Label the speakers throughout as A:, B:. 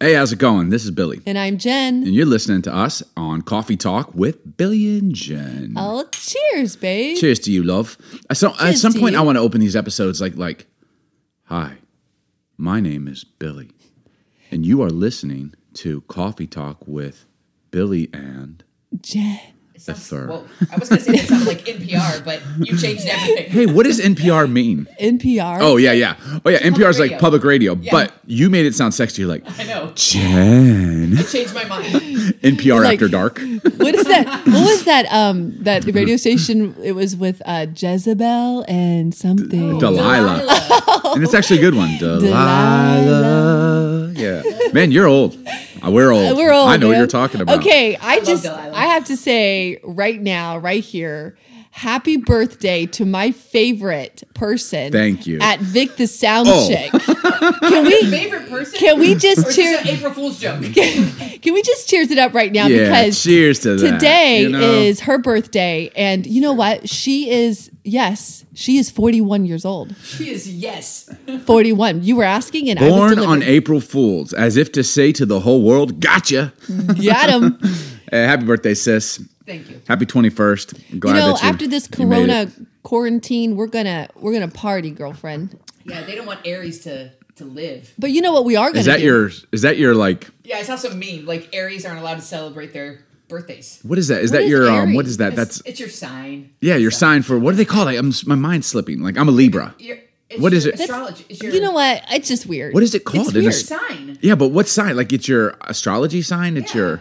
A: Hey, how's it going? This is Billy,
B: And I'm Jen.
A: and you're listening to us on Coffee Talk with Billy and Jen.
B: oh, cheers, babe.
A: Cheers to you, love. At some, at
B: Cheers
A: some
B: to
A: point,
B: you.
A: I want to open these episodes like, like, hi, my name is Billy, and you are listening to Coffee Talk with Billy and
B: Jen.
C: It sounds-
A: third.
C: Well, I was gonna say that sounds like NPR, but you changed everything.
A: Hey, what does NPR mean?
B: NPR.
A: Oh yeah, yeah. Oh yeah, NPR is like
C: radio.
A: public radio, but you made it sound sexy. You're like
C: I know.
A: Jen,
C: Changed my mind.
A: NPR
B: Like-
A: after dark.
B: What is that? What was that? Um, that radio station. It was with uh, Jezebel and something.
A: Delilah. And it's actually a good one. Delilah. Yeah. Man, you're old. Uh, We're old.
B: We're old.
A: I know what
B: man.
A: you're talking about.
B: Okay, I, just
C: Delilah.
B: I have to say right now, right here, happy birthday to my favorite person.
A: Thank you.
B: At Vic the Sound
A: Oh.
B: Chick. Can we?
C: Favorite person?
B: Can we
C: Or
B: just
C: is this
B: cheer?
C: an April Fool's joke?
B: Can we just cheers it up right now?
A: Yeah,
B: because
A: cheers to that,
B: Today
A: you know?
B: is her birthday, and you know what? She is yes, she is forty-one years old.
C: She is yes.
B: Forty-one. You were asking, and I was
A: Born on
B: delivering.
A: April Fools, as if to say to the whole world, gotcha.
B: Got him.
A: Hey, happy birthday, sis.
C: Thank you.
A: Happy 21st. I'm
B: you
A: glad
B: know,
A: that
B: after this
A: you made
B: Corona
A: it.
B: quarantine, we're gonna we're gonna party, girlfriend.
C: Yeah, they don't want Aries to to live.
B: But you know what? We are gonna.
A: Is that
B: do?
A: your, is that your, like,
C: Yeah, I saw some meme like Aries aren't allowed to celebrate their birthdays.
A: what is that? Is
B: What
A: that
B: is
A: your, um,
B: Aries?
A: what is that?
C: It's-
A: That's,
C: it's your sign.
A: yeah, your sign for, what do they call it? I'm, s- my mind's slipping. Like, I'm a Libra.
C: Your, it's
A: What
C: your
A: is it? Oh, That's-
C: Astrology. It's your,
B: You know what? It's just weird.
A: What is it called?
B: It's
A: An
B: weird.
A: ast-
C: Sign.
A: Yeah, but what sign? Like, it's your astrology sign? It's
C: Yeah.
A: your,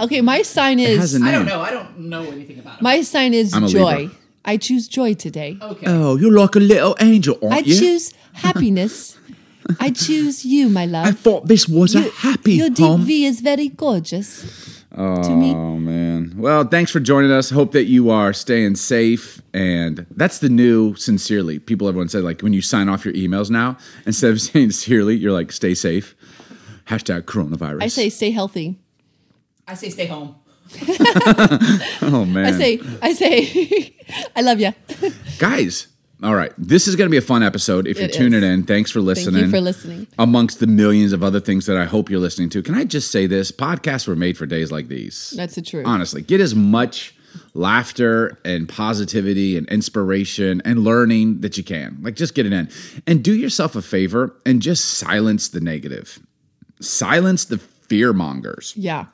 B: okay, my sign
A: it has a
B: is
A: name.
C: I don't know. I don't know anything about it.
B: my sign is
A: I'm a
B: joy.
A: Libra.
B: I choose joy today.
C: okay.
A: Oh, you're like a little angel, aren't
B: I
A: you?
B: choose happiness. I choose you, my love.
A: I thought this was a happy
B: Your deep
A: home.
B: V is very gorgeous to me.
A: Oh man. Well, thanks for joining us. Hope that you are staying safe. And that's the new sincerely. People everyone said like when you sign off your emails now, instead of saying sincerely, you're like stay safe. Hashtag coronavirus.
B: I say stay healthy.
C: I say stay home.
A: Oh man.
B: I say I say I love you.
A: guys. All right. This is gonna be a fun episode. If you're
B: It
A: tuning
B: is.
A: in, thanks for listening.
B: Thank you for listening.
A: Amongst the millions of other things that I hope you're listening to. Can I just say this? Podcasts were made for days like these.
B: That's the truth.
A: honestly get as much laughter and positivity and inspiration and learning that you can like just get it in and do yourself a favor and just silence the negative silence the fear mongers
B: Yeah.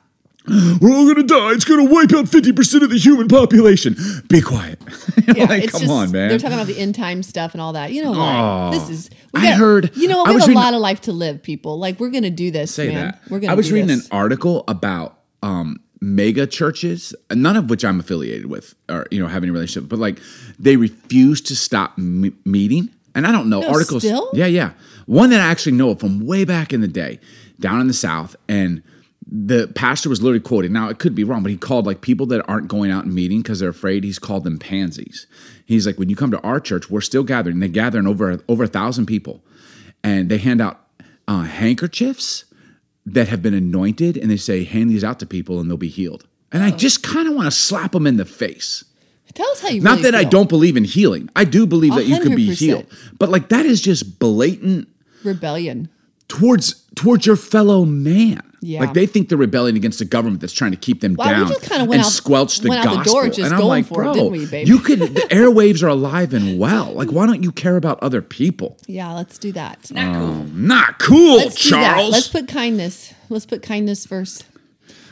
A: we're all gonna die it's gonna wipe out 50% of the human population be quiet
B: Yeah,
A: like
B: it's
A: come
B: just-
A: on man
B: They're talking about the end time stuff and all that. You know what?
A: Oh.
B: this is.
A: I heard-
B: You know what?
A: I
B: We
A: was
B: have a
A: reading-
B: lot of life to live, people. Like we're gonna do this,
A: say
B: man.
A: that.
B: We're gonna.
A: I was
B: do
A: reading
B: this.
A: an article about um, mega churches, none of which I'm affiliated with or you know have any relationship, but like they refuse to stop m- meeting. And I don't know
B: No,
A: articles.
B: still?
A: Yeah, yeah. One that I actually know of from way back in the day, down in the south, and the pastor was literally quoted. Now it could be wrong, but he called like people that aren't going out and meeting because they're afraid. He's called them pansies. He's like, when you come to our church, we're still gathering. They're gathering over over a thousand people, and they hand out uh, handkerchiefs that have been anointed and they say, hand these out to people and they'll be healed. And
B: Oh.
A: I just kind of want to slap them in the face.
B: Tell us how you.
A: Not
B: really
A: that I
B: feel.
A: don't believe in healing. I do believe that you can be
B: 100%.
A: healed. But like that is just blatant
B: rebellion.
A: towards towards your fellow man.
B: Yeah.
A: Like they think they're rebelling against the government that's trying to keep them
B: Wow, we
A: down
B: just kinda went
A: and
B: out-
A: squelch the
B: went
A: gospel.
B: out the door just
A: and I'm
B: going
A: like,
B: for it,
A: bro,
B: didn't we, babe?"
A: you could the airwaves are alive and well. Like why don't you care about other people?
B: Yeah, let's do that.
C: Not cool.
A: Oh. Not cool,
B: Let's do that.
A: Charles.
B: Let's put kindness. Let's put kindness first.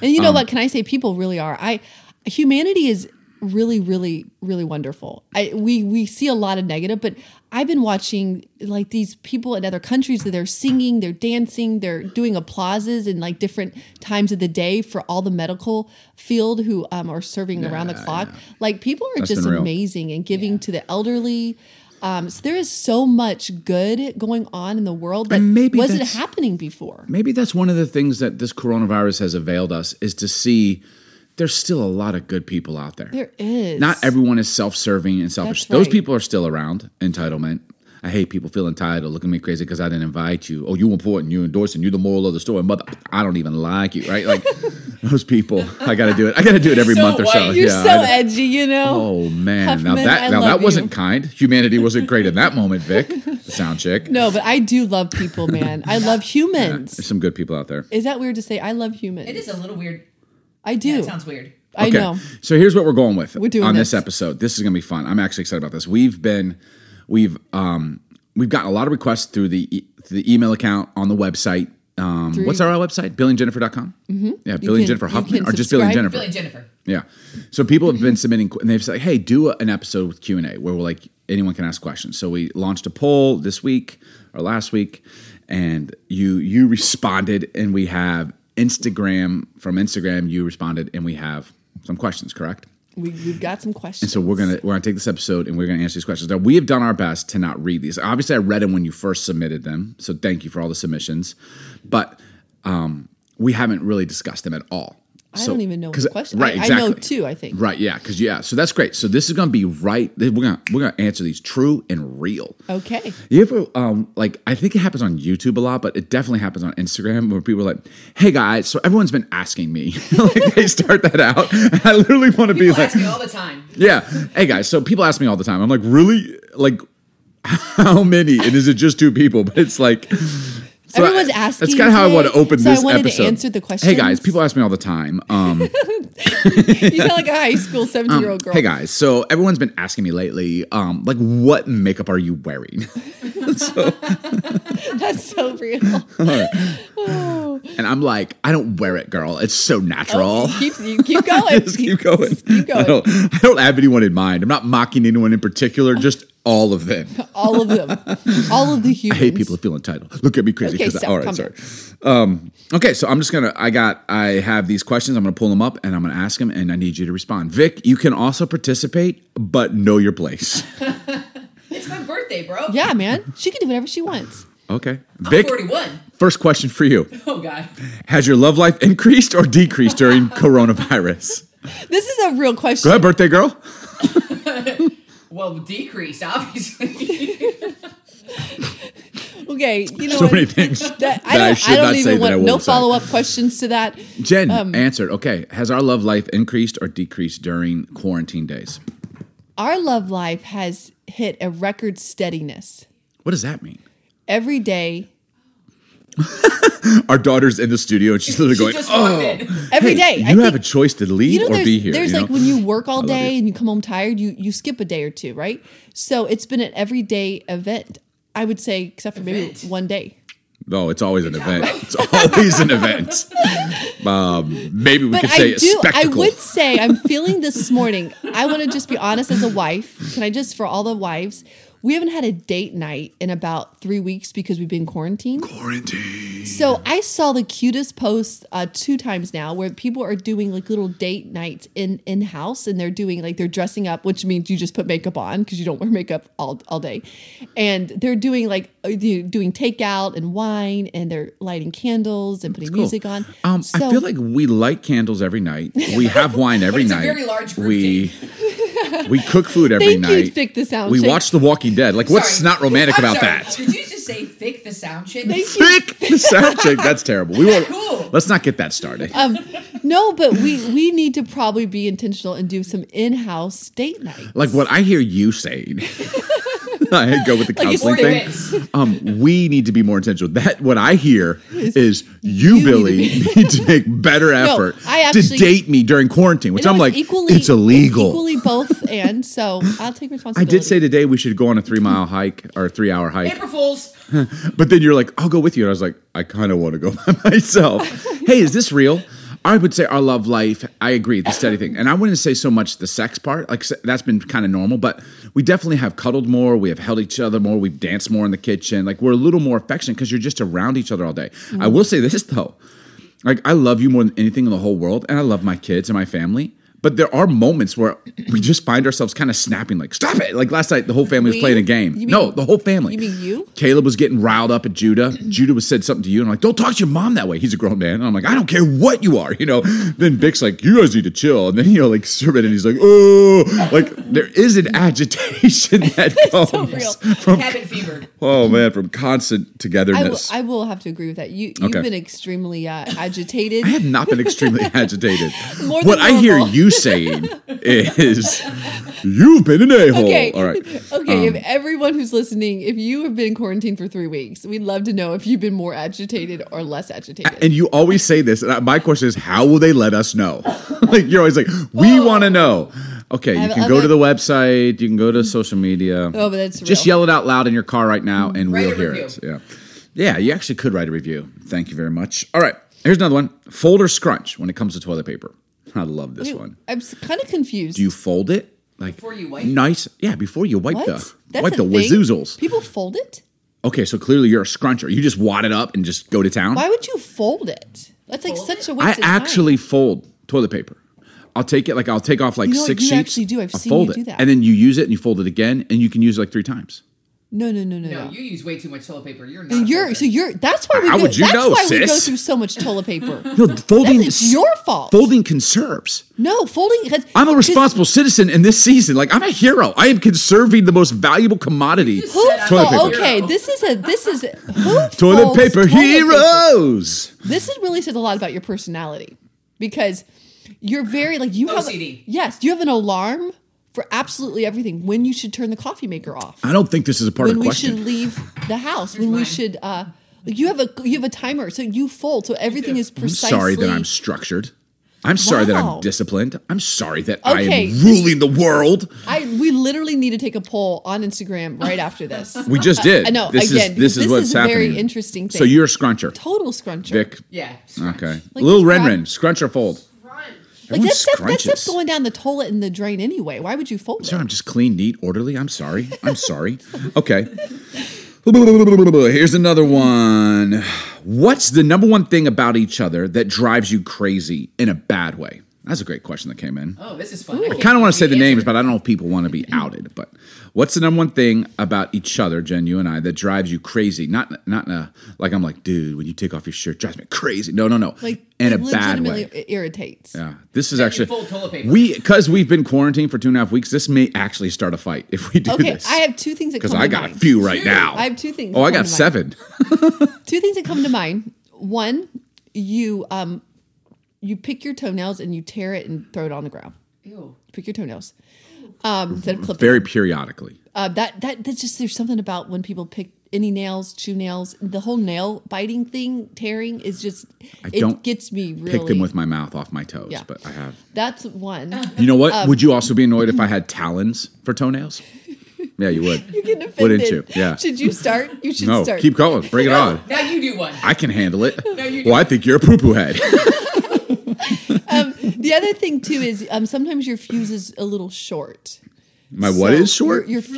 B: And
A: Um,
B: you know what? Can I say? People really are. I humanity is really, really, really wonderful. I we we see a lot of negative, but I've been watching like these people in other countries that they're singing, they're dancing, they're doing applauses in like different times of the day for all the medical field who um, are serving around the clock. Like people are
A: That's
B: just
A: unreal.
B: amazing and giving to the elderly. Um, so there is so much good going on in the world that
A: And maybe
B: wasn't
A: that's-
B: happening before.
A: Maybe that's one of the things that this coronavirus has availed us is to see there's still a lot of good people out there.
B: There is
A: Not everyone is self-serving and selfish.
B: That's right.
A: Those people are still around. Entitlement. I hate people feel entitled, looking at me crazy because I didn't invite you. Oh, you important. You endorsing. You the moral of the story. Mother, I don't even like you, right? Like those people. I got to do it. I got to do it every
C: So
A: month or so.
C: white.
B: You're
A: yeah.
B: so
A: I-
B: edgy, you know.
A: oh man, now
B: Huffman,
A: that
B: I
A: now
B: love
A: that wasn't
B: you.
A: kind. Humanity wasn't great in that moment, Vic. the sound chick.
B: No, but I do love people, man. I love humans.
A: There's some good people out there.
B: Is that weird to say? I love humans.
C: It is a little weird.
B: I do.
C: It sounds weird.
B: I know.
A: So here's what we're going with
B: We're doing
A: on this.
B: this.
A: episode. This is gonna be fun. I'm actually excited about this. We've been, we've, um, we've gotten a lot of requests through the e- through the email account on the website. Um, what's our website? BillyandJennifer.com. Mm-hmm. Yeah, Billy and
B: can-
A: Jennifer
B: you
A: Huffman,
B: can
A: or just Billy and
B: subscribe.
A: Jennifer.
C: Billy and Jennifer.
A: Yeah. So people have been
B: Mm-hmm.
A: submitting, and they've said, "Hey, do an episode with Q and A where we're like anyone can ask questions." So we launched a poll this week or last week, and you you responded, and we have Instagram from Instagram. You responded, and we have some questions. Correct.
B: We, we've got some questions.
A: So we're gonna we're gonna take this episode and we're gonna answer these questions. Now we have done our best to not read these. Obviously, I read them when you first submitted them, so thank you for all the submissions. But um, we haven't really discussed them at all.
B: I don't even know what the question.
A: Right,
B: I,
A: exactly.
B: I know two. I think.
A: Right, yeah, because yeah, so that's great. So this is gonna be right. We're gonna we're gonna answer these true and real.
B: Okay.
A: You ever um like I think it happens on YouTube a lot, but it definitely happens on Instagram where people are like, "Hey guys, so everyone's been asking me." like they start that out. I literally want to be
C: People
A: like,
C: ask me all the time.
A: yeah. Hey guys, so people ask me all the time. I'm like, really? Like, how many? And is it just two people? But it's like. so
B: Everyone's
A: I-
B: asking
A: That's kind of how I
B: today,
A: want to open
B: so I
A: this
B: wanted to
A: episode.
B: answer the
A: Hey guys,
B: questions.
A: people ask me all the time. Um,
B: You sound like a high school seventeen-year-old girl.
A: hey guys, so everyone's been asking me lately, um, like, what makeup are you wearing?
B: That's so real. Oh.
A: And I'm like, I don't wear it, girl. It's so natural.
B: You keep, you keep going.
A: Just keep going.
B: Just keep
A: I
B: going.
A: don't, I don't have anyone in mind. I'm not mocking anyone in particular. Just all of them.
B: All of them. All of the humans.
A: I hate people who feel entitled. Look at me crazy.
B: Okay,
A: 'cause I-
B: stop,
A: all right,
B: calm
A: sorry. Um, okay, so I'm just gonna. I got. I have these questions. I'm gonna pull them up and I'm gonna ask them, and I need you to respond. Vic, you can also participate, but know your place.
C: It's my birthday, bro.
B: Yeah, man. She can do whatever she wants.
A: Okay,
C: I'm
A: Vic.
C: 41.
A: First question for you:
C: Oh, God.
A: Has your love life increased or decreased during coronavirus?
B: This is a real
A: Go
B: question.
A: ahead, birthday girl.
C: Well, decreased, obviously.
B: Okay, you know
A: So
B: what?
A: many things
B: That,
A: that
B: I
A: I
B: don't,
A: should
B: I don't
A: not say
B: even
A: that I
B: want no
A: won't say.
B: follow up questions to that.
A: Jen
B: Um,
A: answered. Okay, has our love life increased or decreased during quarantine days?
B: Our love life has hit a record steadiness.
A: What does that mean?
B: Every day,
A: Our daughter's in the studio and she's literally
C: she
A: going,
C: just
A: "Oh,
C: walked in.
B: every
A: hey,
B: day.
A: You
B: I
A: have
B: think-
A: a choice to leave
B: you know,
A: or
B: there's,
A: be here.
B: there's
A: you
B: like
A: know?
B: when you work all day
A: you.
B: and you come home tired, you you skip a day or two, right? So it's been an everyday event. I would say, except for maybe
C: Event.
B: one day.
A: No, Oh, it's always an event. It's always an event. Um, maybe we
B: But
A: could say a
B: I do. I
A: spectacle.
B: would say I'm feeling this morning. I want to just be honest as a wife. Can I just for all the wives? We haven't had a date night in about three weeks because we've been quarantined.
A: Quarantine.
B: So I saw the cutest post uh, two times now where people are doing like little date nights in in house and they're doing like they're dressing up, which means you just put makeup on because you don't wear makeup all all day, and they're doing like uh, do- doing takeout and wine and they're lighting candles and putting music on.
A: Um, I feel like we light candles every night. We have wine every
C: But it's a
A: night.
C: very large group
A: we we cook food every
B: Thank you,
A: night.
B: Vic the Sound
A: we
B: Chick.
A: watch The Walking Dead. Like, what's
C: Sorry.
A: not romantic
C: I'm
A: about
C: sorry.
A: that?
C: Did you just say thick the sound shit?
A: Thick the sound check. That's terrible. We won't.
C: Cool.
A: Let's not get that started.
B: um, no, but we we need to probably be intentional and do some in house date night.
A: like what I hear you saying. I go with the
B: Like it's
A: counseling
C: four minutes.
A: thing. Um, we need to be more intentional. That what I hear is you,
B: you
A: Billy,
B: need
A: need to, make better effort
B: I
A: to
B: actually-
A: date me during quarantine, which
B: And it
A: I'm
B: was
A: like, it's
B: It's
A: illegal.
B: equally both, and so I'll take
A: I
B: responsibility.
A: did say today we should go on a three mile hike or a three hour hike,
C: April Fools.
A: but then you're like, I'll go with you. And I was like, I kind of want to go by myself. hey, is this real? I would say our love life. I agree, the steady thing, and I wouldn't say so much the sex part. Like se- that's been kind of normal, but we definitely have cuddled more. We have held each other more. We've danced more in the kitchen. Like we're a little more affectionate because you're just around each other all day.
B: Mm-hmm.
A: I will say this though, like I love you more than anything in the whole world, and I love my kids and my family. But there are moments where we just find ourselves kind of snapping, like "Stop it!" Like last night, the whole family was
B: We?
A: playing a game.
B: You mean-
A: no, the whole family.
B: you mean you?
A: Caleb was getting riled up at Judah. Judah was said something to you, and I'm like, "Don't talk to your mom that way." He's a grown man, and I'm like, "I don't care what you are," you know. Then Vic's like, "You guys need to chill," and then you know, like Sermon, and he's like, "Oh," like there is an agitation that comes
B: so real.
A: from
C: Cabin fever.
A: oh man, from constant
B: I will,
A: togetherness. I
B: I will have to agree with that. You, you've
A: Okay.
B: been extremely uh, agitated.
A: have not been extremely agitated.
B: More
A: what
B: than
A: I hear
B: normal.
A: you saying is, you've been an a hole.
B: Okay.
A: All right. Um,
B: Okay. if everyone who's listening, if you have been quarantined for three weeks, we'd love to know if you've been more agitated or less agitated.
A: And you always say this. And I- my question is, how will they let us know? like you're always like, we want to know. Okay, you
B: I've-
A: can
B: I've
A: go
B: got-
A: to the website. You can go to social media.
B: Oh, but that's
A: just
B: real.
A: yell it out loud in your car right now, and
C: Write
A: we'll
C: a
A: hear
C: review.
A: it. Yeah, yeah. You actually could write a review. Thank you very much. All right, here's another one. Fold or scrunch when it comes to toilet paper. I love this one.
B: I'm kind of confused.
A: Do you fold it like
C: Before you wipe?
A: Nice, yeah. Before you wipe
B: what?
A: the
B: That's
A: wipe
B: a
A: the
B: thing?
A: wazoozles.
B: People fold it.
A: Okay, so clearly you're a scruncher. You just wad it up and just go to town.
B: Why would you fold it? That's like
C: Fold
B: such
C: it?
B: a
A: I
B: waste. of time.
A: actually fold toilet paper. I'll take it like I'll take off like
B: You know what?
A: six
B: You
A: sheets.
B: actually do. I've
A: I'll
B: seen
A: fold
B: you
A: it,
B: do that.
A: and then you use it and you fold it again, and you can use it like three times.
B: no, no, no, no, no.
C: No, you use way too much toilet paper. You're not.
B: And
C: a
B: you're
C: folder.
B: so you're. That's why we.
A: How
B: go,
A: would you
B: that's
A: know,
B: why we go
A: sis?
B: through so much toilet paper.
A: No, folding
B: That's your fault.
A: Folding conserves.
B: no folding. has-
A: I'm a
B: 'cause
A: responsible citizen in this season. Like I'm a hero. I am conserving the most valuable commodity.
C: Who
B: Who
C: Shut
A: up.
B: fol-
A: Toilet paper.
B: okay, this is a this is who
A: Toilet
B: folds
A: paper
B: toilet paper?
A: heroes.
B: This is really says a lot about your personality because you're very like you have
C: OCD.
B: yes, you have an alarm for absolutely everything when you should turn the coffee maker off,
A: I don't think this is a part
B: when
A: of the
B: we
A: question.
B: should leave the house, when we
C: mine.
B: should uh like you have a you have a timer, so you fold, so everything
C: do.
B: is
A: I'm
B: precisely.
A: sorry that I'm structured. I'm sorry that
B: Wow.
A: I'm disciplined. I'm sorry that I
B: Okay.
A: am ruling the world.
B: I we literally need to take a poll on Instagram right after this.
A: We just did.
B: I know.
A: This
B: again,
A: is this is what's
B: a
A: happening.
B: very interesting thing.
A: So you're a scruncher.
B: total scruncher.
A: Vic.
C: yeah. scrunch.
A: Okay.
B: Like,
A: Little
B: just
A: Ren
B: grab-
A: Ren, scrunch or fold.
B: Like
A: Everyone
B: that stuff, that
A: scrunches.
B: stuff's going down the toilet and the drain anyway. Why would you fold
A: Sorry,
B: it?
A: I'm just clean, neat, orderly. I'm sorry. I'm sorry. Okay. Here's another one. What's the number one thing about each other that drives you crazy in a bad way? That's a great question that came in.
C: Oh, this is fun.
B: Ooh.
C: I
A: kind of want to say the names,
C: answer.
A: but I don't know if people want to be outed. But what's the number one thing about each other, Jen, you and I, that drives you crazy? Not not in a, like I'm like, dude, when you take off your shirt, it drives me crazy. No, no, no.
B: Like
A: in a
B: it
A: bad
B: legitimately
A: way.
B: i- irritates.
A: Yeah, this is
C: Like
A: actually
C: you fold toilet paper.
A: we because we've been quarantined for two and a half weeks. This may actually start a fight if we do
B: Okay,
A: this.
B: I have two things that come
A: because
B: to
A: I got
B: mind.
A: a few right
C: Shoot.
A: now.
B: I have two things
A: Oh, I
B: that come
A: got
B: to mind.
A: seven.
B: Two things that come to mind. One, you um you pick your toenails and you tear it and throw it on the ground.
C: Ew.
B: Pick your toenails. Um instead of clipping.
A: Very periodically.
B: Uh, that that that's just there's something about when people pick any nails, chew nails, the whole nail biting thing, tearing is just it
A: don't
B: gets me really
A: Pick them with my mouth off my toes,
B: Yeah.
A: but I have.
B: That's one.
A: You know what? would you also be annoyed if I had talons for toenails? Yeah, you would.
B: You're getting offended.
A: Wouldn't you? Yeah.
B: Should you start? You should
A: no,
B: start.
A: keep going. Bring it on.
C: Now you do one. Oh,
A: I can handle it.
C: you
A: well, I think you're a poo poo head.
B: The other thing too is um, sometimes your fuse is a little short.
A: My Uh, what
B: So
A: is short?
B: Your, your fuse.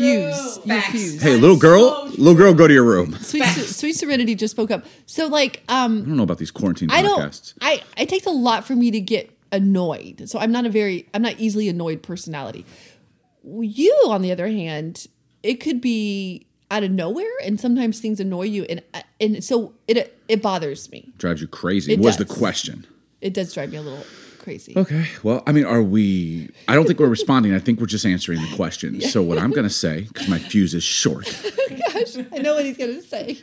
C: True.
B: Your
C: Facts.
B: fuse.
A: hey, little girl, little girl, go to your room. I
B: Sweet, Sweet Serenity just spoke up. So like, um,
A: don't know about these quarantine
B: I
A: Mm, podcasts.
B: don't. I it takes a lot for me to get annoyed. So I'm not a very. I'm not easily annoyed personality. You, on the other hand, it could be out of nowhere, and sometimes things annoy you, and uh, and so it it bothers me.
A: Drives you crazy.
B: It
A: was the
B: does.
A: question.
B: It does drive me a little crazy.
A: Okay. Well, I mean, are we? I don't think we're responding. I think we're just answering the question. So, what I'm going to say, because my fuse is short,
B: Gosh, I know what he's gonna say.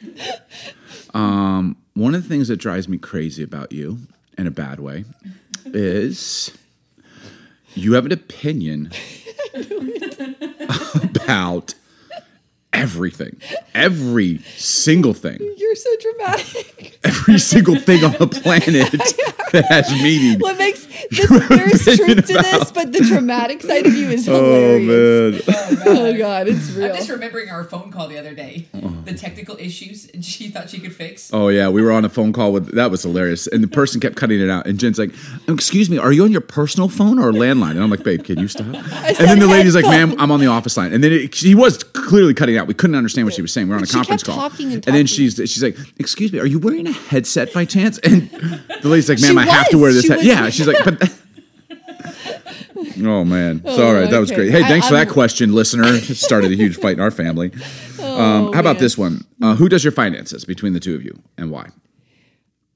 A: one of the things that drives me crazy about you in a bad way is you have an opinion about everything, every single thing,
B: You're so dramatic.
A: every single thing on the planet that has meaning.
B: What makes this, there's truth to this, but the dramatic side of you is hilarious.
A: Oh, man.
B: Oh, god, it's real.
C: I'm just remembering our phone call the other day. The technical issues she thought she could fix.
A: Oh yeah, we were on a phone call with that was hilarious, and the person kept cutting it out. And Jen's like, "Excuse me, are you on your personal phone or landline?" And I'm like, "Babe, can you stop?" And
B: said
A: then the lady's like,
B: headphone.
A: "Ma'am, I'm on the office line." And then it, she was clearly cutting out. We couldn't understand what she was saying. We are on a
B: She
A: conference
B: kept
A: call,
B: talking and
A: then
B: talking.
A: she's she's like, "Excuse me, are you wearing a headset by chance?" And the lady's like, "Ma'am,
B: She
A: I have to
B: was.
A: wear this."
B: She
A: Head.
B: was-
A: Yeah, she's like, "But." Oh man, sorry, that was
B: okay.
A: great. Hey,
B: I-
A: thanks for that
B: I'm-
A: question, listener. It started a huge fight in our family. Um, how about
B: Oh, man.
A: this one? Uh, who does your finances between the two of you, and why?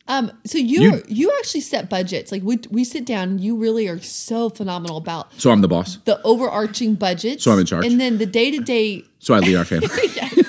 B: Um, so you you, actually set budgets. Like we we sit down. You really are so phenomenal about
A: So I'm the boss.
B: the overarching budget.
A: So I'm in charge.
B: And then the day to day.
A: So I lead our family.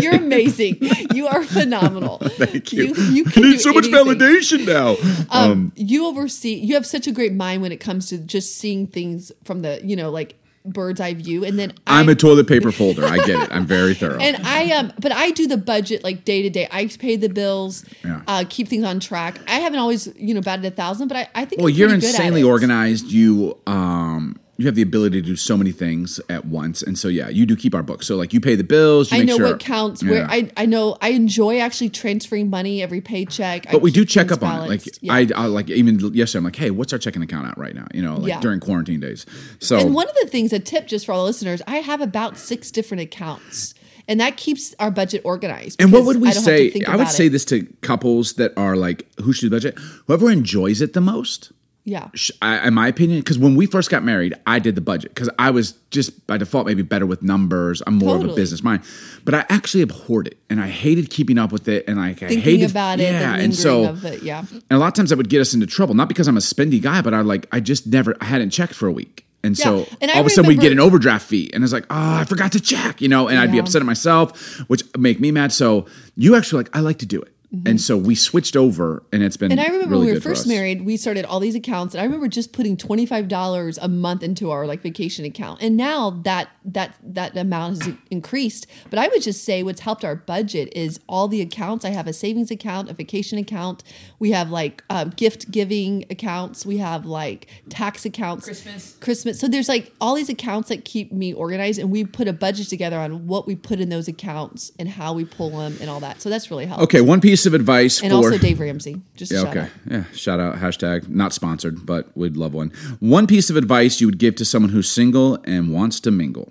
B: You're amazing. You are phenomenal. Thank
A: you.
B: You, you
A: I
B: can
A: need
B: do
A: so much
B: anything.
A: validation now.
B: Um, you oversee. You have such a great mind when it comes to just seeing things from the you know like bird's eye view. And then
A: I'm
B: I,
A: a toilet paper folder. I get it. I'm very thorough.
B: and I um, but I do the budget like day to day. I pay the bills,
A: Yeah.
B: uh, keep things on track. I haven't always you know batted a thousand, but I, I think
A: well,
B: I'm
A: you're
B: pretty good at
A: insanely
B: it.
A: organized. You um you have the ability to do so many things at once. And so yeah, you do keep our books. So like you pay the bills, you
B: I
A: make
B: know
A: sure
B: what counts. Where
A: Yeah.
B: I I know I enjoy actually transferring money every paycheck.
A: but we do check up on it. Like
B: yeah.
A: I, I like even yesterday, I'm like, hey, what's our checking account at right now? You know, like
B: Yeah.
A: during quarantine days. So
B: And one of the things, a tip just for all the listeners, I have about six different accounts, and that keeps our budget organized.
A: And what
B: because
A: would we
B: I don't have to
A: say?
B: think
A: I would
B: about
A: say
B: it.
A: this to couples that are like, who should budget? Whoever enjoys it the most.
B: yeah,
A: sh- I, in my opinion, because when we first got married, I did the budget because I was just by default maybe better with numbers. I'm more of a
B: Totally.
A: business mind, but I actually abhorred it and I hated keeping up with it and like I
B: thinking
A: hated
B: about it, the
A: Yeah,
B: lingering
A: and so
B: of it, yeah.
A: and a lot of times that would get us into trouble, not because I'm a spendy guy, but I like I just never I hadn't checked for a week. And so
B: Yeah, and I
A: all of a sudden we'd get an
B: remember-
A: overdraft fee and it's like, oh, I forgot to check, you know, and I'd be
B: Yeah.
A: upset at myself, which make me mad. So you actually like, I like to do it. And so we switched over and it's been
B: Mm-hmm. And I remember
A: really
B: when we were
A: good for
B: first
A: us.
B: married, we started all these accounts, and I remember just putting twenty five dollars a month into our like vacation account. And now that that that amount has increased. But I would just say what's helped our budget is all the accounts. I have a savings account, a vacation account. We have like uh, gift giving accounts. We have like tax accounts.
C: Christmas.
B: Christmas. So there's like all these accounts that keep me organized, and we put a budget together on what we put in those accounts and how we pull them and all that. So that's really helped.
A: Okay, one piece of advice
B: And
A: for
B: also Dave Ramsey. Just a
A: Yeah,
B: shout
A: okay.
B: out.
A: Yeah, shout out hashtag not sponsored, but would love one. One piece of advice you would give to someone who's single and wants to mingle.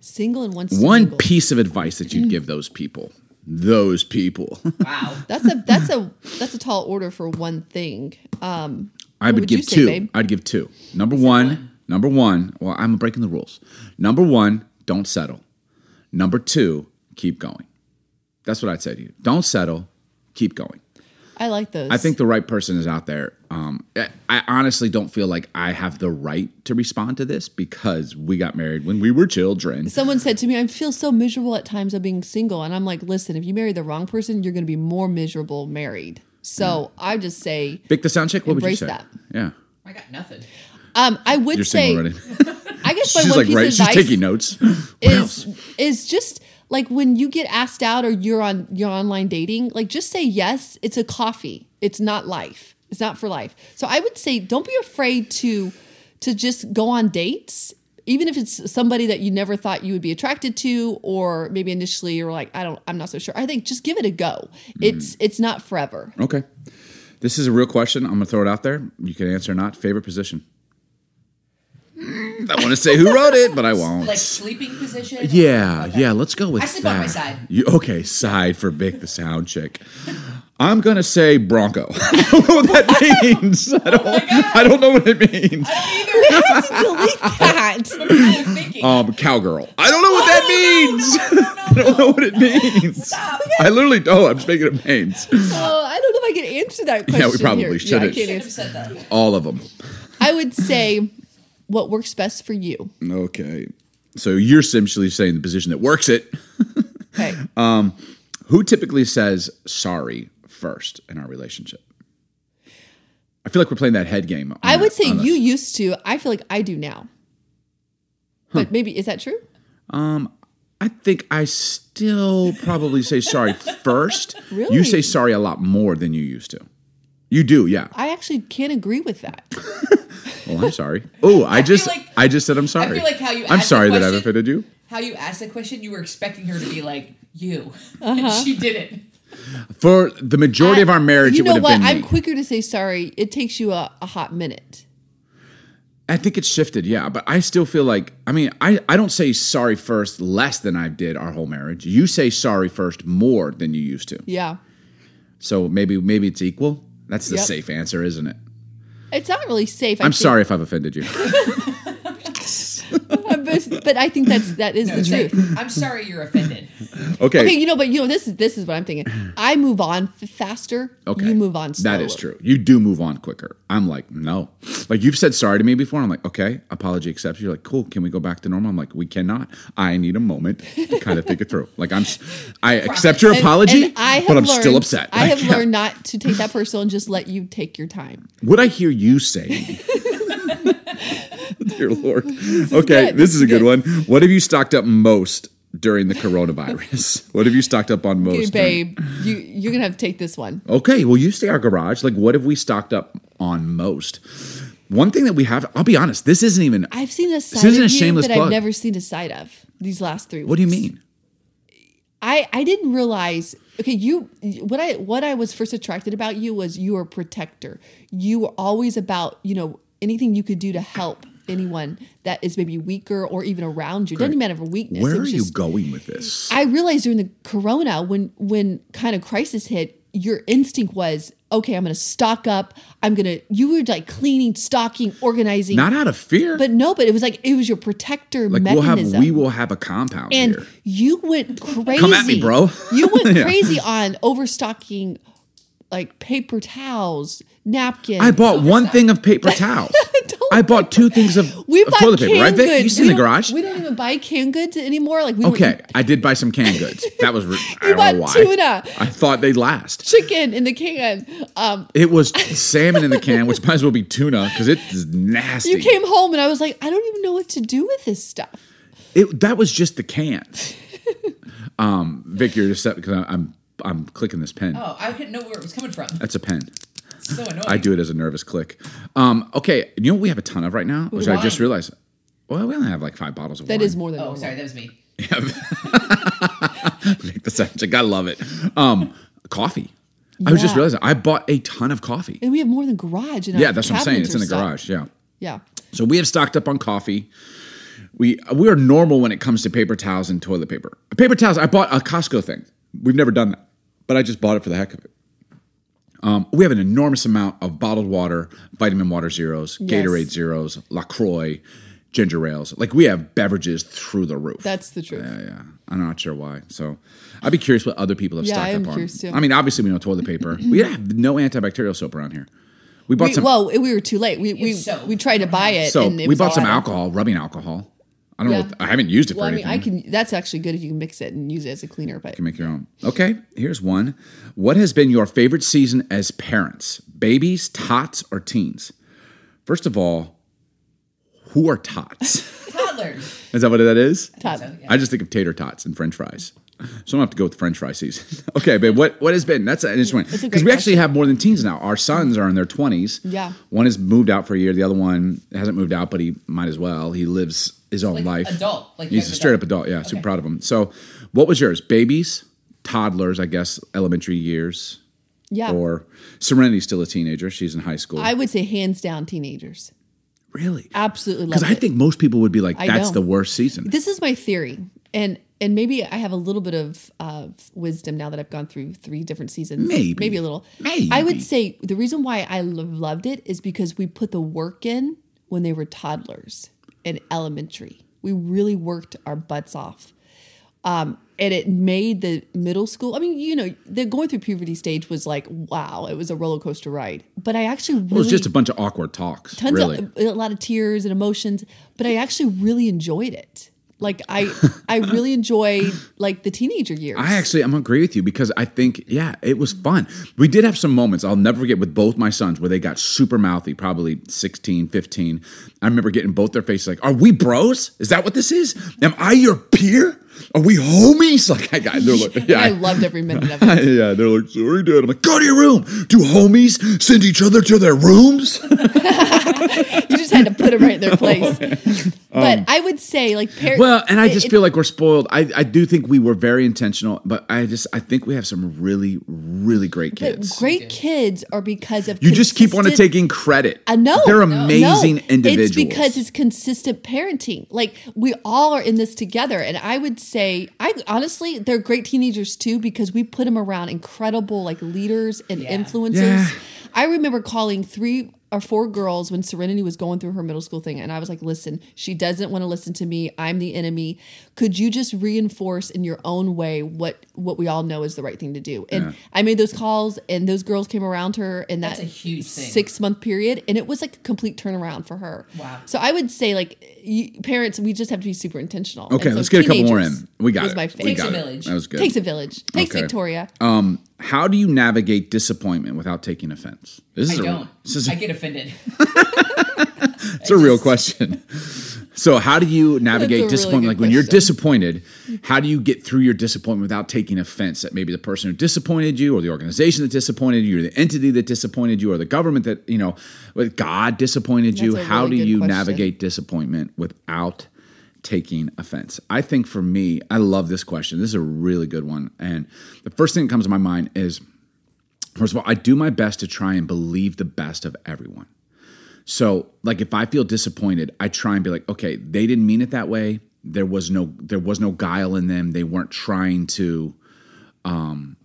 B: Single and once.
A: One
B: single. Mm.
A: piece of advice that you'd give those people. Those people.
C: Wow.
B: That's a that's a that's a tall order for one thing. Um,
A: I
B: what
A: would, give
B: you say,
A: two.
B: babe?
A: I'd give two. Number one, number one, well, I'm breaking the rules. Number one, don't settle. Number two, keep going. That's what I'd say to you. Don't settle, keep going.
B: I like those.
A: I think the right person is out there. Um, I- I honestly don't feel like I have the right to respond to this because we got married when we were children.
B: someone said to me, "I feel so miserable at times of being single," and I'm like, "Listen, if you marry the wrong person, you're going to be more miserable married."
A: Mm.
B: So I just say,
A: Vic the sound check, what would you
B: Embrace
A: say?
B: that.
A: Yeah.
C: I got nothing.
B: um, I would
A: You're
B: say,
A: single already.
B: I guess my
A: She's
B: one
A: like
B: piece
A: right.
B: of
A: She's
B: advice
A: taking notes. What else?
B: is is just like when you get asked out or you're on you're online dating, like just say yes. It's a coffee. It's not life. It's not for life. So I would say don't be afraid to to just go on dates, even if it's somebody that you never thought you would be attracted to, or maybe initially you're like, I don't, I'm not so sure. I think just give it a go. It's it's not forever.
A: Okay. This is a real question. I'm gonna throw it out there. You can answer or not. Favorite position. I want to say who wrote it, but I won't.
C: Like sleeping position.
A: Oh. Yeah, yeah. Let's go with.
C: I sleep on my
A: that.
C: side.
A: You, okay, side for Vic the sound chick. I'm gonna say Bronco. I don't know what
C: Oh
A: that means. I don't. I don't know what it means.
B: How did you delete that?
C: I'm thinking.
A: Um, cowgirl. I don't know what that
C: Oh,
A: means. I don't know what it means. I literally don't. I'm just making up names.
B: Oh, I don't know if I can answer that
A: we
B: question.
A: probably
B: here. Yeah, I
A: shouldn't.
B: can't
C: should
B: answer.
C: have said that.
A: All of them.
B: I would say what works best for you.
A: Okay. So you're essentially saying the position that works it.
B: Okay.
A: Who typically says sorry first in our relationship? I feel like we're playing that head game. on
B: I would
A: that-
B: say
A: on this.
B: you used to. I feel like I do now. But maybe is that true?
A: I think I still probably say sorry first. You
B: Really?
A: say sorry a lot more than you used to. You do, yeah.
B: I actually can't agree with that.
A: Well, I'm sorry. Oh, I, just,
C: like-
A: I just said I'm sorry.
C: like how you
A: I'm
C: asked
A: sorry
C: the
A: that I've
C: question-
A: offended you.
C: How you asked the question, you were expecting her to be like you, and she didn't.
A: For the majority of our marriage,
B: you
A: it
B: know
A: would have
B: what?
A: been
B: I'm
A: me.
B: quicker to say sorry. It takes you a, a hot minute.
A: I think it's shifted, yeah. But I still feel like, I mean, I, I don't say sorry first less than I did our whole marriage. You say sorry first more than you used to.
B: Yeah.
A: So maybe maybe it's equal. That's the
B: Yep.
A: safe answer, isn't it?
B: It's not really safe. I
A: I'm
B: think-
A: sorry if I've offended you.
B: but, but I think that's that is
C: No,
B: the
C: it's like,
B: truth.
C: I'm sorry you're offended.
A: Okay.
B: Okay, you know, but you know, this is this is what I'm thinking. I move on f- faster.
A: Okay.
B: you move on. Slower.
A: That is true. You do move on quicker. I'm like, no. Like you've said sorry to me before. I'm like, okay, apology accepted. You're like, cool. Can we go back to normal? I'm like, we cannot. I need a moment to kind of think it through. Like I'm, s- I accept your
B: And-
A: apology,
B: and I have
A: but I'm
B: learned,
A: still upset.
B: I have
A: Like,
B: learned not to take that personal and just let you take your time.
A: What I hear you saying. Dear Lord. okay,
B: good.
A: this is a
B: This
A: good,
B: is
A: one. What have you stocked up most during the coronavirus? what have you stocked up on most?
B: Okay,
A: during-
B: babe, you you're gonna have to take this one.
A: Okay, well, you say our garage. Like, what have we stocked up on most? One thing that we have, I'll be honest, this isn't even.
B: I've seen a side
A: isn't a
B: of you
A: shameless
B: that I've
A: plug.
B: never seen a side of these last three.
A: what do you
B: weeks.
A: mean?
B: I I didn't realize. Okay, you what I what I was first attracted about you was you were a protector. You were always about you know anything you could do to help anyone that is maybe weaker or even around you. It Doesn't
A: Great.
B: matter if a weakness.
A: Where
B: it
A: are
B: was
A: you
B: just-
A: going with this?
B: I realized during the corona when when kind of crisis hit, your instinct was okay. I'm going to stock up. I'm going to. You were like cleaning, stocking, organizing.
A: Not out of fear.
B: but no, but it was like it was your protector
A: like we'll
B: mechanism
A: have we will have a compound
B: and
A: here.
B: you went crazy.
A: at me, bro.
B: you went
A: Yeah.
B: crazy on overstocking like paper towels, napkins.
A: I bought one thing of paper towels.
B: Don't-
A: I bought two things of,
B: We
A: of
B: bought
A: toilet
B: canned
A: paper, right, Vic?
B: goods.
A: You see in
B: We
A: the
B: don't-
A: garage?
B: We don't even buy canned goods anymore. Like we
A: Okay,
B: don't eat
A: I did buy some canned goods. That was re- I
B: You
A: don't know
B: bought
A: why.
B: tuna.
A: I thought they'd last.
B: chicken in the can. Um,
A: It was salmon in the can, which might as well be tuna because it is nasty.
B: you came home and I was like, I don't even know what to do with this stuff.
A: It, that was just the can. um, Vic, you're just because I'm I'm clicking this pen.
C: Oh, I didn't know where it was coming from.
A: That's a pen.
C: It's so annoying.
A: I do it as a nervous click. Um, okay, you know what we have a ton of right now, which I
C: Wine.
A: just realized. Well, we only have like five bottles of
B: That
A: wine.
B: is more than
C: Oh,
B: normal.
C: sorry, that was me.
A: Vic the Savage. I love it. Um, coffee. I was just
B: Yeah.
A: realizing I bought a ton of coffee.
B: And we have more than garage. In
A: Yeah,
B: our
A: that's what I'm saying. It's
B: cabinets
A: in
B: or
A: the garage.
B: stuff.
A: Yeah.
B: Yeah.
A: So we have stocked up on coffee. We we are normal when it comes to paper towels and toilet paper. Paper towels. I bought a Costco thing. We've never done that, but I just bought it for the heck of it. Um, we have an enormous amount of bottled water, vitamin water zeros, Gatorade zeros, Lacroix, ginger ales. Like we have beverages through the roof.
B: That's the truth.
A: yeah, yeah. I'm not sure why. So I'd be curious what other people have
B: Yeah,
A: stocked
B: I am
A: up on.
B: curious too.
A: I mean, obviously we know toilet paper. we have no antibacterial soap around here. We bought
B: We,
A: some.
B: well, we were too late. We we,
C: so-
B: we tried to buy it.
A: So
B: and it
A: we
B: was all
A: bought some
B: out.
A: alcohol, rubbing alcohol. I don't know.
B: Yeah.
A: If, I haven't used it
B: Well,
A: for
B: I mean,
A: anything.
B: I can. That's actually good if you can mix it and use it as a cleaner. But
A: You make your own. Okay, here's one. What has been your favorite season as parents? Babies, tots, or teens? First of all, who are tots?
C: Toddlers.
A: is that what that is?
B: Todd,
C: So, yeah.
A: I just think of tater tots and French fries. So I'm gonna have to go with French fry season. okay, but what what has been? That's an interesting
B: It's a
A: one
B: great
A: because we actually have more than teens now. Our sons are in their 20s.
B: Yeah.
A: one has moved out for a year. The other one hasn't moved out, but he might as well. He lives his own
C: Like
A: life.
C: adult, like
A: he's
C: young
A: a straight up
C: adult.
A: adult. Yeah, super
C: Okay.
A: proud of him. So, what was yours? Babies, toddlers, I guess, elementary years.
B: Yeah.
A: Or Serenity's still a teenager. She's in high school.
B: I would say hands down, teenagers
A: really.
B: absolutely love
A: Because I
B: it.
A: think most people would be like,
B: I
A: "That's
B: know.
A: the worst season."
B: this is my theory, and and maybe I have a little bit of of wisdom now that I've gone through three different seasons.
A: Maybe.
B: maybe a little.
A: Maybe.
B: I would say the reason why I lo- loved it is because we put the work in when they were toddlers in elementary. We really worked our butts off. um, and it made the middle school. I mean, you know, the going through puberty stage was like, wow, it was a roller coaster ride. But I actually really
A: it was just a bunch of awkward talks.
B: tons
A: really.
B: of a lot of tears and emotions. But I actually really enjoyed it. Like I, I really enjoyed like the teenager years.
A: I actually, I'm gonna agree with you because I think, yeah, it was fun. We did have some moments I'll never forget with both my sons where they got super mouthy, probably 16, 15. I remember getting both their faces like, "Are we bros? Is that what this is? Am I your peer? Are we homies?" Like I got, they're like, yeah,
B: I loved every minute of it.
A: yeah, they're like, "Sorry, dad." I'm like, "Go to your room. Do homies send each other to their rooms?"
B: You just had to put it right in their place. But I would say like parents.
A: Um, Well, and I just feel like we're spoiled. I, I do think we were very intentional, but I just I think we have some really really great kids.
B: great kids are because of
A: You just keep on
B: consistent-
A: taking credit.
B: I know
A: They're
B: Uh, No,
A: amazing
B: no.
A: individuals.
B: It's because it's consistent parenting. Like we all are in this together, and I would say, I honestly, they're great teenagers too because we put them around incredible like leaders and
C: Yeah.
B: influencers.
A: Yeah.
B: I remember calling three or four girls when Serenity was going through her middle school thing, and I was like, "Listen, she doesn't want to listen to me. I'm the enemy. could you just reinforce in your own way what what we all know is the right thing to do? And I made those calls, and those girls came around her, and that
C: That's a huge thing.
B: six month period, and it was like a complete turnaround for her.
C: Wow.
B: So I would say, like you, parents, we just have to be super intentional. And
A: Okay,
B: so
A: let's get a couple more
B: teenagers
A: in. We got
B: was
A: it.
B: My
A: We
B: favorite.
C: Takes a
A: got it.
C: village.
A: That was good.
B: Takes a village. Takes
A: Okay. Um,
B: Victoria.
A: How do you navigate disappointment without taking offense? This
C: I
A: is a-
C: don't.
A: This is
C: I get offended.
A: It's a real question. So, how do you navigate
B: That's a really
A: disappointment?
B: good
A: like when you're
B: question.
A: disappointed, how do you get through your disappointment without taking offense at maybe the person who disappointed you, or the organization that disappointed you, or the entity that disappointed you, or the government that you know, with God disappointed you?
B: That's a
A: How
B: really
A: do
B: good
A: you
B: question.
A: navigate disappointment without taking offense? I think for me, I love this question. This is a really good one, and the first thing that comes to my mind is. First of all, I do my best to try and believe the best of everyone. So, like if I feel disappointed, I try and be like, okay, they didn't mean it that way. There was no there was no guile in them. They weren't trying to um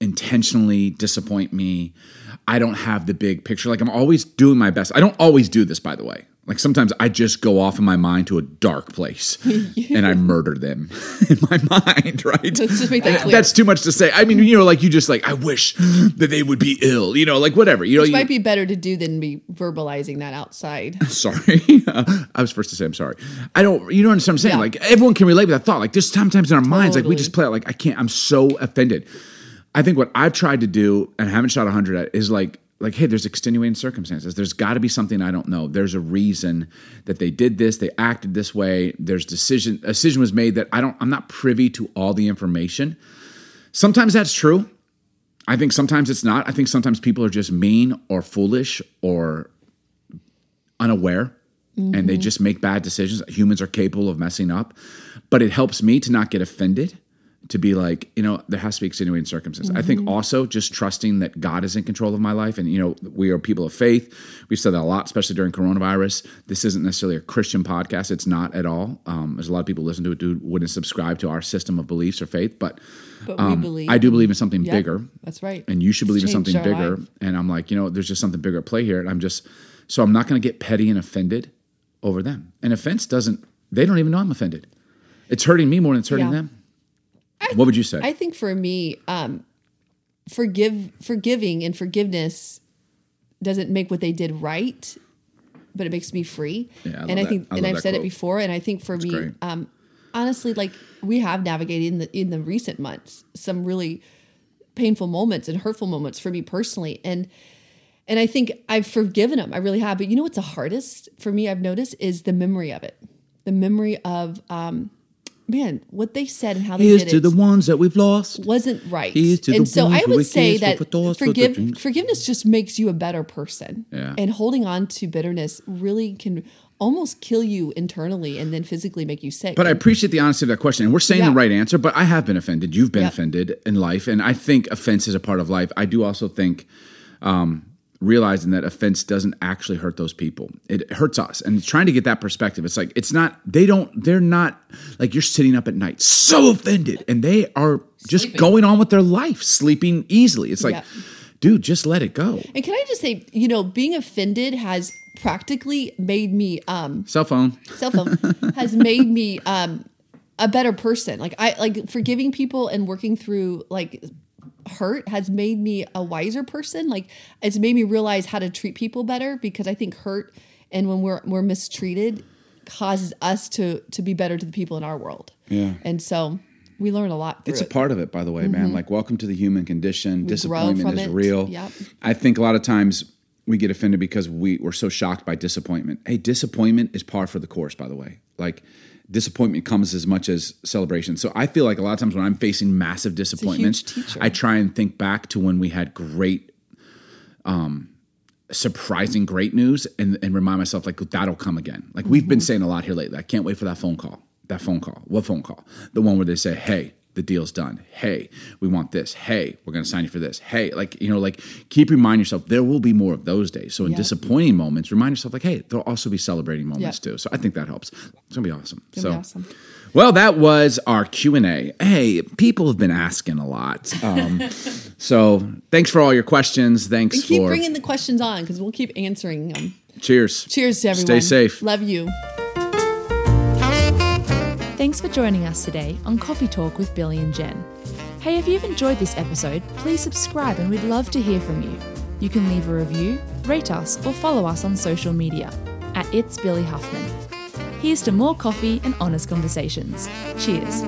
A: intentionally disappoint me. I don't have the big picture. Like I'm always doing my best. I don't always do this by the way. Like sometimes I just go off in my mind to a dark place and I murder them in my mind, right?
B: Let's just make that clear.
A: That's too much to say. I mean, you know, like you just like I wish that they would be ill, you know, like whatever. You know,
B: Which
A: you,
B: might be better to do than be verbalizing that outside.
A: sorry. I was first to say I'm sorry. I don't. You don't understand what I'm saying.
B: Yeah.
A: Like everyone can relate with that thought. Like there's sometimes in our minds, like we
B: Totally.
A: just play it. Like I can't. I'm so offended. I think what I've tried to do and haven't shot 100 at is like like hey, there's extenuating circumstances. There's got to be something I don't know. There's a reason that they did this. They acted this way. There's decision. A decision was made that I don't. I'm not privy to all the information. Sometimes that's true. I think sometimes it's not. I think sometimes people are just mean or foolish or unaware and they just make bad decisions. Humans are capable of messing up, but it helps me to not get offended. To be like, you know, there has to be extenuating circumstances. I think also just trusting that God is in control of my life. And, you know, we are people of faith. We've said that a lot, especially during coronavirus. This isn't necessarily a Christian podcast. It's not at all. Um, there's a lot of people listen to it who wouldn't subscribe to our system of beliefs or faith, but
B: But we believe.
A: Um, I do believe in something
B: Yep,
A: bigger
B: That's right.
A: and you should believe in
B: It's changed
A: something
B: our
A: bigger.
B: life.
A: And I'm like, you know, there's just something bigger at play here. And I'm just, so I'm not going to get petty and offended over them. And offense doesn't, they don't even know I'm offended. It's hurting me more than it's hurting
B: Yeah.
A: them. what would you say?
B: I think for me, um, forgive, forgiving, and forgiveness doesn't make what they did right, but it makes me free.
A: Yeah, I love
B: and I
A: that.
B: think,
A: I
B: and
A: love
B: I've
A: that
B: said it
A: quote.
B: before, and I think for me,
A: great.
B: um, honestly, like we have navigated in the in the recent months some really painful moments and hurtful moments for me personally, and and I think I've forgiven them. I really have. But you know what's the hardest for me? I've noticed is the memory of it, the memory of. Um, Man, what they said and how they
A: Here's
B: did
A: to
B: it
A: the ones that we've lost.
B: wasn't right.
A: Here's to the
B: And so I
A: ones
B: would
A: with
B: say
A: tears for
B: that
A: thoughts, for the
B: forgive,
A: dreams.
B: forgiveness just makes you a better person.
A: Yeah.
B: And holding on to bitterness really can almost kill you internally and then physically make you sick.
A: But I appreciate the honesty of that question. And we're saying the
B: Yeah.
A: right answer, but I have been offended. You've been
B: Yeah.
A: offended in life. And I think offense is a part of life. I do also think um, realizing that offense doesn't actually hurt those people. It hurts us. And trying to get that perspective, it's like, it's not, they don't, they're not like you're sitting up at night so offended and they are just
C: Sleeping.
A: going on with their life, sleeping easily. It's like,
B: Yeah.
A: dude, just let it go.
B: and can I just say, you know, being offended has practically made me um
A: Cell phone.
B: cell phone has made me um a better person. Like I like forgiving people and working through like hurt has made me a wiser person. Like it's made me realize how to treat people better because I think hurt and when we're we're mistreated causes us to to be better to the people in our world. Yeah. And so we learn a lot through
A: It's a
B: it. Mm-hmm.
A: part of it, by the way, man. Like, welcome to the human condition.
B: from
A: Disappointment is
B: it.
A: real.
B: Yep.
A: I think a lot of times we get offended because we, we're so shocked by disappointment. Hey, disappointment is par for the course, by the way. Like, disappointment comes as much as celebration. So I feel like a lot of times when I'm facing massive disappointments,
B: teacher.
A: I try and think back to when we had great surprising great news and, and remind myself like that'll come again. Like we've
B: Mm-hmm.
A: been saying a lot here lately. I can't wait for that phone call. That phone call. What phone call? The one where they say, "Hey, the deal's done. Hey, we want this. Hey, we're going to sign you for this. Hey, like you know, like keep reminding yourself there will be more of those days. So in
B: Yeah.
A: disappointing moments, remind yourself like, hey, there'll also be celebrating moments
B: Yeah.
A: too. So I think that helps. It's gonna be awesome.
B: It's
A: so.
B: gonna be awesome.
A: Well, that was our Q and A. Hey, people have been asking a lot, um, so thanks for all your questions. Thanks
B: And keep
A: for
B: bringing the questions on because we'll keep answering them.
A: cheers.
B: Cheers to everyone.
A: Stay safe.
B: Love you.
D: Thanks for joining us today on Coffee Talk with Billy and Jen. Hey, if you've enjoyed this episode, please subscribe and we'd love to hear from you. You can leave a review, rate us, or follow us on social media at It's Billy Huffman. Here's to more coffee and honest conversations. Cheers.